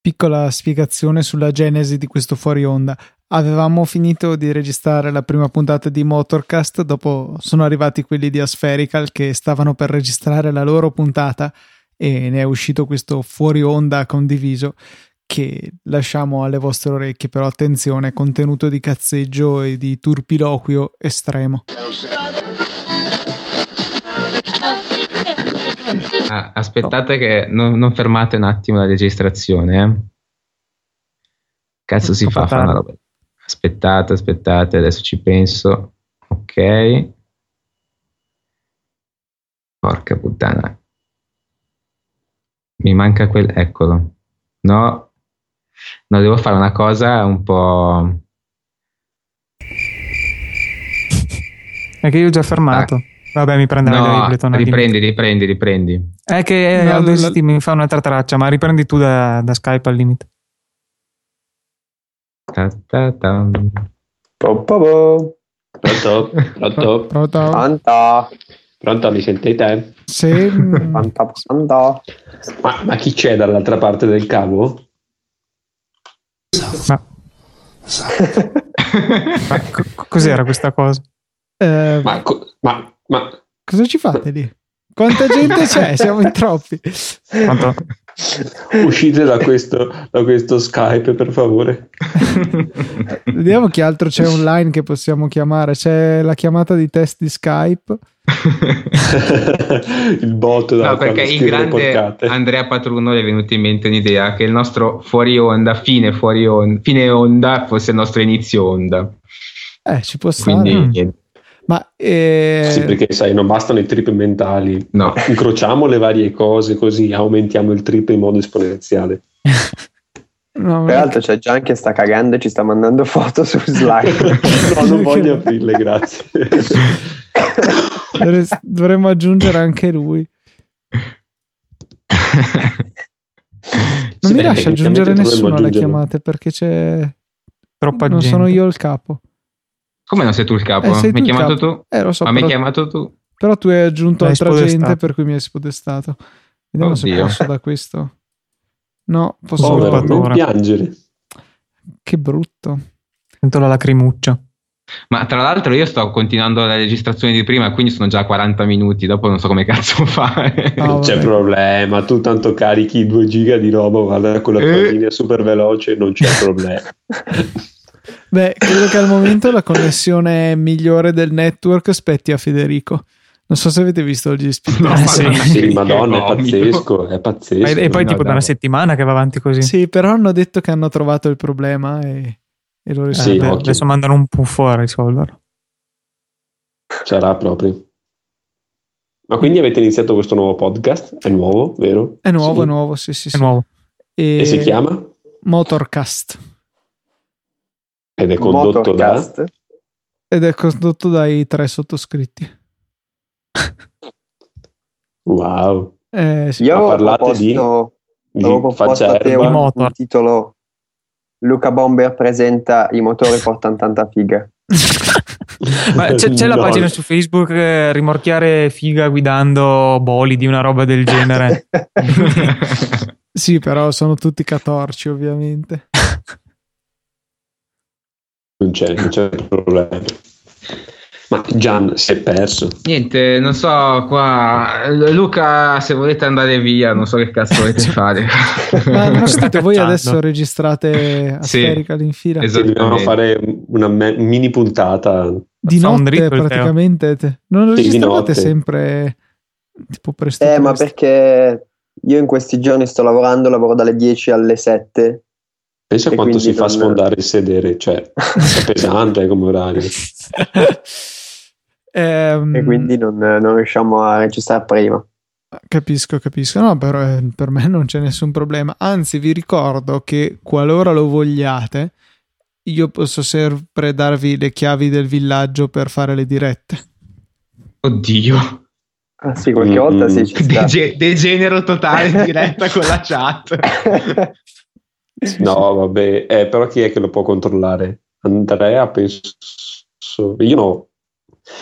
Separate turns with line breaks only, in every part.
piccola spiegazione sulla genesi di questo fuori onda. Avevamo finito di registrare la prima puntata di Motorcast, dopo sono arrivati quelli di Aspherical che stavano per registrare la loro puntata e ne è uscito questo fuori onda condiviso che lasciamo alle vostre orecchie, però attenzione, contenuto di cazzeggio e di turpiloquio estremo.
Ah, aspettate no. che non, non, fermate un attimo la registrazione. Eh. Cazzo si fa, fa una roba. Aspettate, aspettate, adesso ci penso. Ok. Porca puttana. Mi manca quel... Eccolo. No. No, devo fare una cosa un po'...
È che io ho già fermato. Ah. Vabbè, mi prenderai no, da Ableton.
Riprendi, riprendi, riprendi.
È che no, Audacity la... mi fa un'altra traccia, ma riprendi tu da, da Skype al limite.
Ta ta ta.
Po, po, po. Pronto? Pronto?
Pronto?
Pronto? Pronto, mi sentite?
Sì.
Pronto, pronto. Ma, ma, chi c'è dall'altra parte del cavo?
Ma... ma co- cos'era questa cosa?
Eh... ma, co- ma ma
cosa ci fate lì? Quanta gente c'è? Siamo in troppi.
Quanto?
Uscite da questo, da questo, Skype, per favore.
Vediamo chi altro c'è online che possiamo chiamare. C'è la chiamata di test di Skype.
il bot da
no, perché il grande Andrea Patruno gli è venuta in mente un'idea che il nostro fuori onda, fine fuori onda, fine onda fosse il nostro inizio onda.
Eh, ci può stare. Quindi niente. Ma, eh...
Sì, perché sai, non bastano i trip mentali.
No.
Incrociamo le varie cose così aumentiamo il trip in modo esponenziale.
no, Peraltro c'è Gian che sta cagando e ci sta mandando foto su slide.
no, non voglio aprirle, grazie.
Dovremmo aggiungere anche lui. Non sì, mi lascia aggiungere nessuno alle chiamate perché c'è
troppa
non
gente.
sono io il capo.
Come non sei tu il capo?
Eh,
mi hai chiamato
capo.
tu? Eh, lo so. Ma
però,
mi hai chiamato tu?
Però tu hai aggiunto L'hai altra spodestato. gente per cui mi hai spodestato. Vediamo Oddio. se posso da questo. No, posso
Povero, non piangere.
Che brutto.
Sento la lacrimuccia.
Ma tra l'altro io sto continuando la registrazione di prima, quindi sono già a 40 minuti, dopo non so come cazzo fare.
Ah,
Oh, non c'è problema, tu tanto carichi 2 giga di roba, guarda con la tua eh. linea super veloce, non c'è problema.
Beh, credo che al momento la connessione migliore del network spetti a Federico. Non so se avete visto gli
speed no, eh, sì. sì, madonna, è pazzesco, è pazzesco.
E, e poi no, tipo da una settimana che va avanti così.
Sì, però hanno detto che hanno trovato il problema e, e lo risolvono.
Sì, eh, adesso mandano un puffo a risolverlo.
Sarà proprio. Ma quindi avete iniziato questo nuovo podcast? È nuovo, vero?
È nuovo, sì. è nuovo, sì, sì, sì.
È nuovo.
e, e
Eh.
si chiama?
Motorcast.
Ed è condotto Motorcast. da
ed è condotto dai tre sottoscritti.
wow.
Eh, sì. Io parlate proposto, di, di proposto te un, un titolo Luca Bomber presenta i motori portano tanta figa.
c'è, c'è no. la pagina su Facebook eh, rimorchiare figa guidando bolidi, una roba del genere.
sì, però sono tutti catorci ovviamente.
Non c'è, non c'è, problema. Ma Gian si è perso.
Niente, non so qua. Luca, se volete andare via, non so che cazzo volete fare.
Ma non state voi adesso registrate Asterical
sì,
in fila?
Esatto, dobbiamo fare una me- mini puntata.
Di notte praticamente. Teo. Non registravate sì, sempre tipo presto.
Eh,
presto.
ma perché io in questi giorni sto lavorando, lavoro dalle 10 alle 7
Pensa e quanto si fa non... sfondare il sedere, cioè è pesante come orario.
Ehm,
e
Mm.
quindi non, non, riusciamo a registrare prima.
Capisco, capisco. No, però eh, per me non c'è nessun problema. Anzi, vi ricordo che qualora lo vogliate, io posso sempre darvi le chiavi del villaggio per fare le dirette.
Oddio.
Ah, sì, qualche mm. volta sì, ci
sta. Dege- degenero totale in diretta con la chat.
No, vabbè, eh, però chi è che lo può controllare? Andrea, penso. Io no.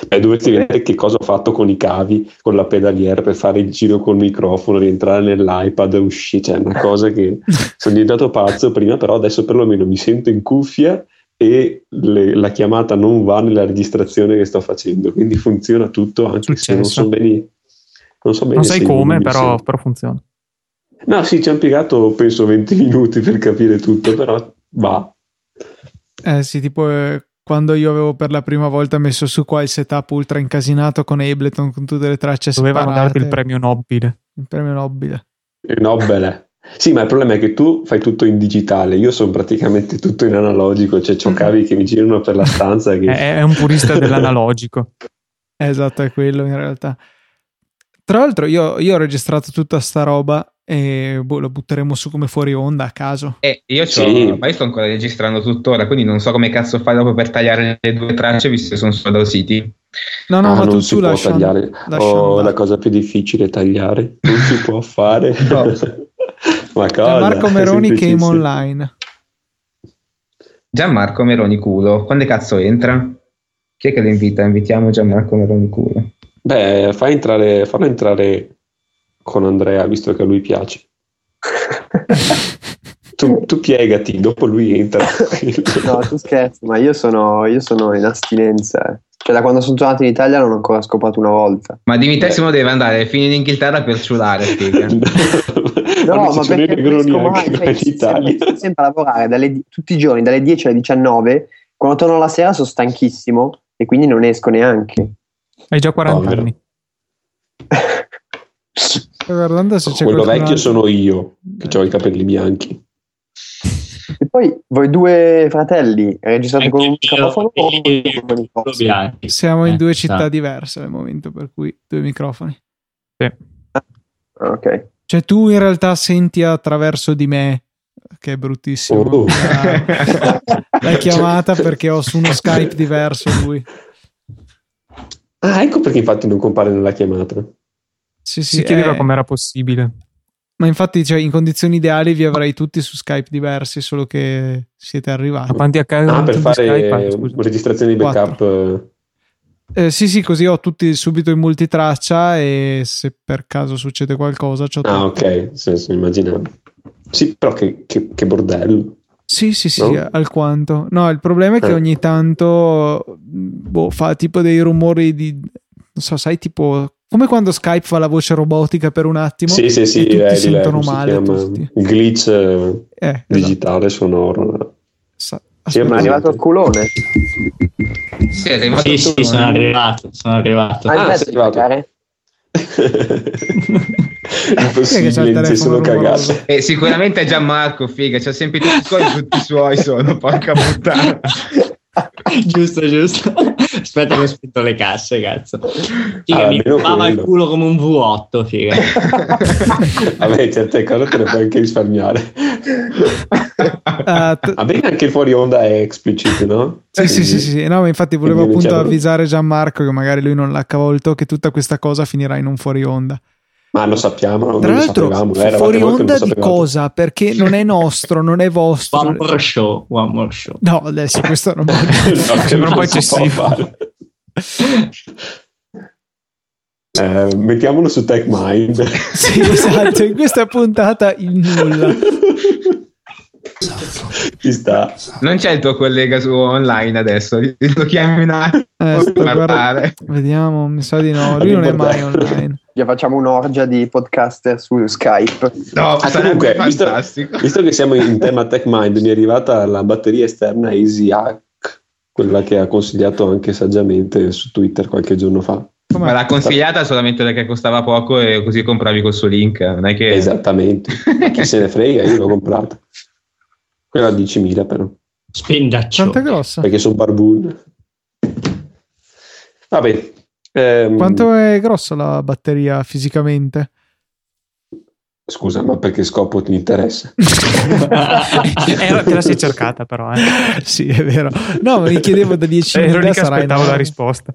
Beh, dovresti vedere che cosa ho fatto con i cavi, con la pedaliera per fare il giro col microfono, rientrare nell'iPad e uscire. Cioè, è una cosa che sono diventato pazzo prima, però adesso perlomeno mi sento in cuffia e le, la chiamata non va nella registrazione che sto facendo. Quindi funziona tutto, anche Successo. se non so bene.
Non, so bene non sai come, però, però, funziona.
No, sì, ci hanno impiegato penso 20 minuti per capire tutto, però va.
Eh sì, tipo eh, quando io avevo per la prima volta messo su qua il setup ultra incasinato con Ableton con tutte le tracce
Dovevano
sparate.
darti il premio Nobile.
Il premio Nobile.
Il Nobile. Sì, ma il problema è che tu fai tutto in digitale, io sono praticamente tutto in analogico, cioè
Mm.
ho cavi che mi girano per la stanza.
Eh,
Che...
è, è un purista dell'analogico.
Esatto, è quello in realtà. Tra l'altro io, io ho registrato tutta sta roba e boh, lo butteremo su come fuori onda a caso.
Eh, io, sì. io sto ancora registrando tuttora, quindi non so come cazzo fai dopo per tagliare le due tracce visto che sono solo da siti.
No, no,
ah,
ma
non
tu,
si
tu
può
lascia,
tagliare.
lascia
oh,
andare.
la cosa più difficile è tagliare, non si può fare.
No. Cioè,
ma cosa?
Marco Meroni
è
Game
semplicissimo.
Online.
Gianmarco Meroni culo, quando cazzo entra? Chi è che lo invita? Invitiamo Gianmarco Meroni culo.
Beh, fai entrare, fallo entrare con Andrea, visto che a lui piace. tu, tu piegati, dopo lui entra.
No, tu scherzi, ma io sono, io sono in astinenza. eh. Cioè, da quando sono tornato in Italia non ho ancora scopato una volta.
Ma dimmi te se uno deve andare fino in Inghilterra per ciulare, figa.
No,
non ci
ma
sono i
perché
negroni
fresco
anche qua in
mai, cioè, sto sempre,
Italia.
sto sempre a lavorare dalle di- tutti i giorni, dalle 10 alle 19. Quando torno la sera sono stanchissimo e quindi non esco neanche.
Hai già 40
Povero.
anni.
Sto guardando se c'è
Quello
qualcun
vecchio
altro.
sono io, che ho i capelli bianchi.
E poi voi due fratelli registrate con un microfono o con i microfoni?
Siamo
Eh,
in due città diverse al momento, per cui due microfoni.
Ah, Ok.
Cioè tu in realtà senti attraverso di me, che è bruttissimo,
Oh.
la, la chiamata perché ho su uno Skype diverso lui.
Ah, ecco perché infatti non compare nella
Eh,
chiamata.
Sì, sì,
Si chiedeva
eh,
com'era possibile.
Ma infatti cioè, in condizioni ideali vi avrei tutti su Skype diversi, solo che siete arrivati.
Ma quanti account
Ah, per
di
fare
Skype hai, scusa?
registrazioni di backup. eh,
Eh, sì, sì, così ho tutti subito in multitraccia e se per caso succede qualcosa c'ho
Ah,
tutti.
ok, sì, sì, immaginavo. Sì, però che, che- che bordello.
Sì, sì, sì,
No?
alquanto. No, il problema è che
Eh.
ogni tanto boh, fa tipo dei rumori di... Non so, sai, tipo... Come quando Skype fa la voce robotica per un attimo.
Sì, sì, sì,
e tutti
eh, di là,
sentono
come si
male.
chiama?
Tutti.
Il glitch eh,
Eh, esatto.
digitale sonoro.
Sa-
Sì,
Ma è
aspetta.
arrivato il culone.
Sì, è arrivato
Sì,
il
sì,
turno,
sono
eh.
arrivato, sono arrivato.
Hai
Ah,
smesso
sei
di
arrivato.
pagare?
c'ha il
Impossibile, ci
telefono
sono
rumoroso?
cagato.
E Eh, sicuramente è Gianmarco, figa, c'ha sempre tutti i suoi, tutti i suoi sono, porca puttana.
giusto, giusto. Aspetta che ho spinto le casse, cazzo. Figa,
Ah,
mi
almeno
cavava il
quello.
culo come un V8, figa.
Vabbè, certo. certe
Eh,
cose te le puoi anche risparmiare.
Ah, t-
Va bene, anche il fuori onda è explicit, no?
Eh, sì, sì, sì, sì, sì. No, ma infatti volevo
quindi
appunto
c'è-
avvisare Gianmarco che magari lui non l'ha cavolto, che tutta questa cosa finirà in un fuori onda.
Ma lo sappiamo, non
Tra
lo
l'altro,
sapevamo. eh,
fuori
eravate voi che non
onda
lo
di
sapevate.
cosa? Perché non è nostro, non è vostro.
One more show, one more show.
No, adesso questo non voglio.
No, che
Eh, Sembra un po'
non si può
eccessivo.
fare. Eh, mettiamolo su Tech Mind.
Sì, esatto, in questa puntata il
Eh,
nulla.
Ci sta.
Non c'è il tuo collega su online adesso, lo chiami un attimo
Eh,
per
sto guardando-
parlare.
Vediamo, mi sa di no, lui non è mai online.
Già facciamo un'orgia di podcaster su Skype.
No,
Ah,
sarebbe
comunque, visto-
fantastico.
Visto che siamo in tema Tech Mind, mi è arrivata la batteria esterna Easy Hack, quella che ha consigliato anche saggiamente su Twitter qualche giorno fa.
Com'è?
Ma l'ha consigliata solamente perché costava poco e così compravi col suo link. Non è che...
Esattamente. Ma chi se ne frega, io l'ho comprata. Quella a 10.000 però,
Spendaccio.
Quanto è grossa?
perché sono barboon. Vabbè. ehm,
Quanto è grossa la batteria fisicamente?
Scusa, ma perché scopo ti interessa?
Era- Eh, te la sei cercata però, eh.
sì, è vero. No, mi chiedevo da 10
Ero lì
minuti
che aspettavo la risposta.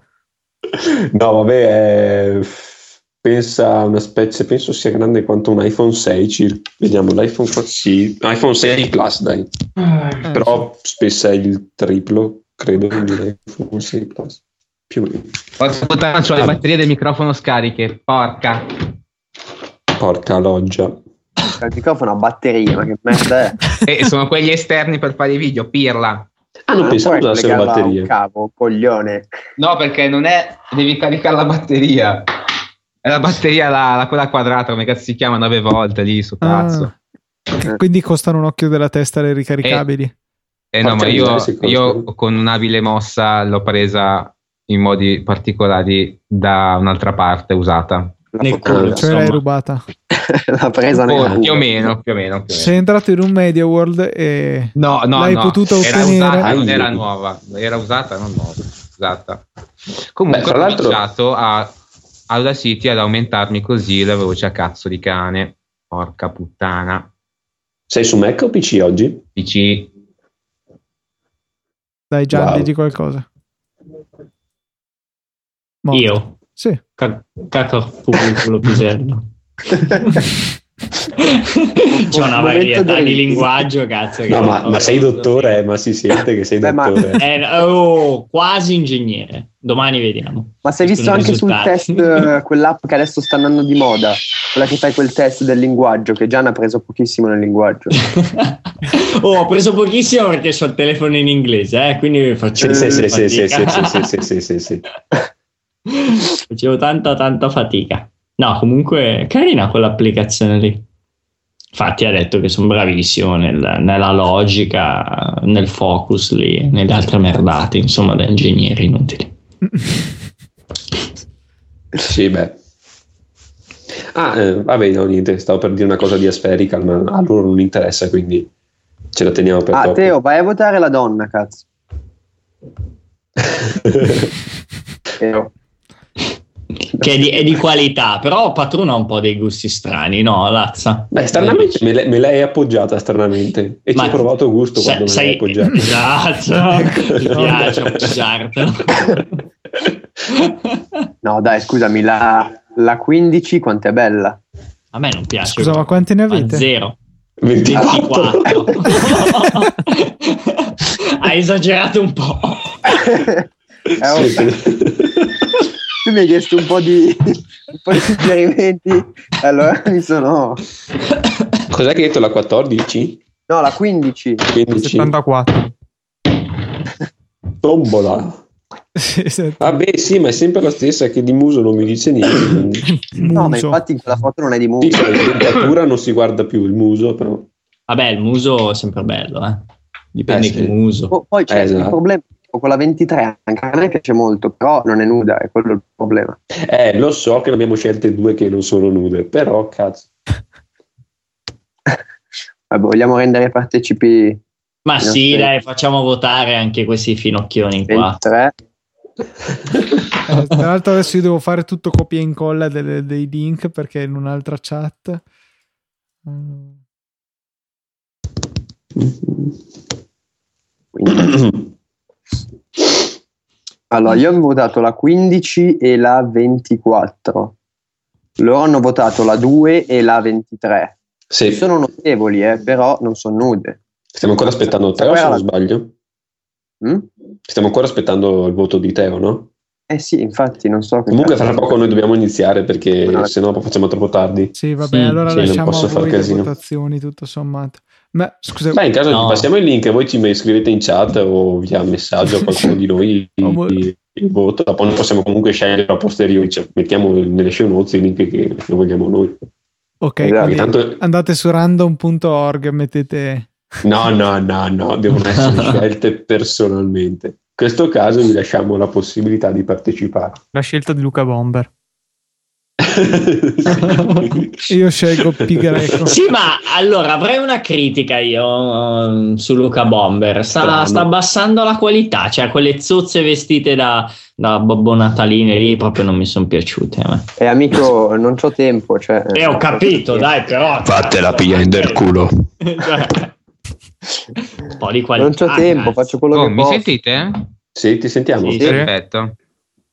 No, vabbè, eh, pensa a una specie, penso sia grande quanto un iPhone 6, circa. vediamo l'iPhone 4, sì, iPhone 6 Plus, dai, però spessa il triplo, credo, di un iPhone 6 Plus. Più...
Porca puttana, c'ho le batterie del microfono scariche. Porca.
Porca loggia.
Il microfono a batteria, ma che merda è?
E Eh, sono quelli esterni per fare i video, pirla.
Ah, non, non pensavo usasse la batteria.
Un cavo, un coglione.
No, perché non è... devi caricare la batteria. È la batteria, la, la quella quadrata, come cazzo si chiama, nove volte lì, su cazzo.
Ah, quindi costano un occhio della testa le ricaricabili.
E... Eh no, ma io, io, con un'abile mossa l'ho presa in modi particolari da un'altra parte usata.
Nel culo, cioè l'hai rubata.
l'ha presa nel culo.
Più o meno, più o meno. Più
Sei entrato in un Media World e
no, no,
l'hai
no.
potuta
era
ottenere.
Usata, non era nuova, era usata, non nuova. Usata. Comunque, Beh, tra l'altro... ho cominciato a Audacity ad aumentarmi così la voce a cazzo di cane. Porca puttana.
Sei su Mac o PC oggi?
PC.
Dai, Gian, wow. digli qualcosa.
Morto. Io?
Sì.
C- cacco pubblico lo pisello. C'è una varietà di linguaggio, cazzo.
No, ma, ma sei dottore, eh, ma si sente che sei Beh, dottore.
Ma... Eh, oh, quasi ingegnere. Domani vediamo.
Ma sei visto anche risultati. sul test eh, quell'app che adesso sta andando di moda? Quella che fai quel test del linguaggio, che Gian ha preso pochissimo nel linguaggio.
oh, ho preso pochissimo perché ho il telefono in inglese, eh, quindi faccio...
Sì, sì, sì, sì, sì, sì, sì, sì, sì, sì.
Facevo tanta, tanta fatica. No, comunque carina quell'applicazione lì. Infatti ha detto che sono bravissimo nel, nella logica, nel focus lì, nelle altre merdate, insomma, da ingegneri inutili.
sì, beh. Ah, eh, vabbè, no, niente, stavo per dire una cosa di Aspherical, ma a loro non interessa, quindi ce la teniamo per
ah,
dopo.
Teo, vai a votare la donna, cazzo. Teo
che è di, è di, qualità, però Patruno ha un po' dei gusti strani, no? Lazza.
Beh, stranamente me, me l'hai appoggiata stranamente e Ma ci ho provato gusto quando
sei,
me l'hai appoggiata.
Esatto, mi piace appoggiartelo.
No, dai, scusami, la, la 15 quanto è bella?
A me non piace.
Scusa, ma quanti ne avete?
A zero. 24. 24. Hai esagerato un po'.
Eh, tu mi hai chiesto un po' di, un po di suggerimenti, allora mi sono.
Cos'è che hai detto la 14?
No, la 15.
15.
74.
Tombola. Vabbè, sì, ma è sempre la stessa che di muso non mi dice niente.
no, ma infatti in quella foto non è di muso.
Sì, cioè, la temperatura non si guarda più il muso, però.
Vabbè, il muso è sempre bello, eh. Dipende eh, sì. che muso.
Oh, poi c'è eh, esatto. il problema quella 23 anche a me piace molto, però non è nuda, è quello il problema.
Eh, lo so che ne abbiamo scelte due che non sono nude, però cazzo.
Vabbè, vogliamo rendere partecipi.
Ma Eh, sì, nostri... dai, facciamo votare anche questi finocchioni
23.
qua. eh, tra l'altro adesso io devo fare tutto copia e incolla delle, dei link perché in un'altra chat. Mm.
Quindi. Allora, io avevo votato la 15 e la 24. Loro hanno votato la 2 e la 23.
Sì.
Sono notevoli, eh, però non sono nude.
Stiamo ancora aspettando Teo, se non sbaglio. Mm?
Hm?
Stiamo ancora aspettando il voto di Teo, no?
Eh sì, infatti, non so.
Comunque, tra poco noi dobbiamo iniziare perché no. se no facciamo troppo tardi.
Sì, vabbè, sì, allora sì, lasciamo a voi le votazioni, tutto sommato. Ma scusa,
Beh, in caso no. passiamo il link, voi ci scrivete in chat o via messaggio a qualcuno di noi il, il voto. Dopo noi possiamo comunque scegliere a posteriori, cioè, mettiamo nelle show notes i link che vogliamo noi.
Ok, esatto. tanto... andate su random.org e mettete.
No, no, no, no, devono essere scelte personalmente. In questo caso vi lasciamo la possibilità di partecipare.
La scelta di Luca Bomber. io scelgo Pigreco.
Sì, ma allora avrei una critica io um, su Luca Bomber. Sta, sta, abbassando la qualità, cioè quelle zozze vestite da, da Babbo Natalino lì proprio non mi sono piaciute. Ma.
Eh, amico, non ho tempo. Cioè,
eh, ho capito, dai, però.
Fatela pigliare del culo.
cioè un po' di qualità.
Non c'ho tempo, faccio quello oh, che
mi
posso.
Mi sentite?
Sì, ti sentiamo. Sì,
Perfetto.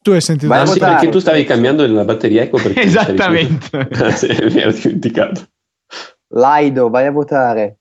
Tu hai sentito
Ma sì, perché tu stavi cambiando la batteria, ecco perché.
Esattamente.
Ah, sì, mi ero dimenticato.
Laido, vai a votare.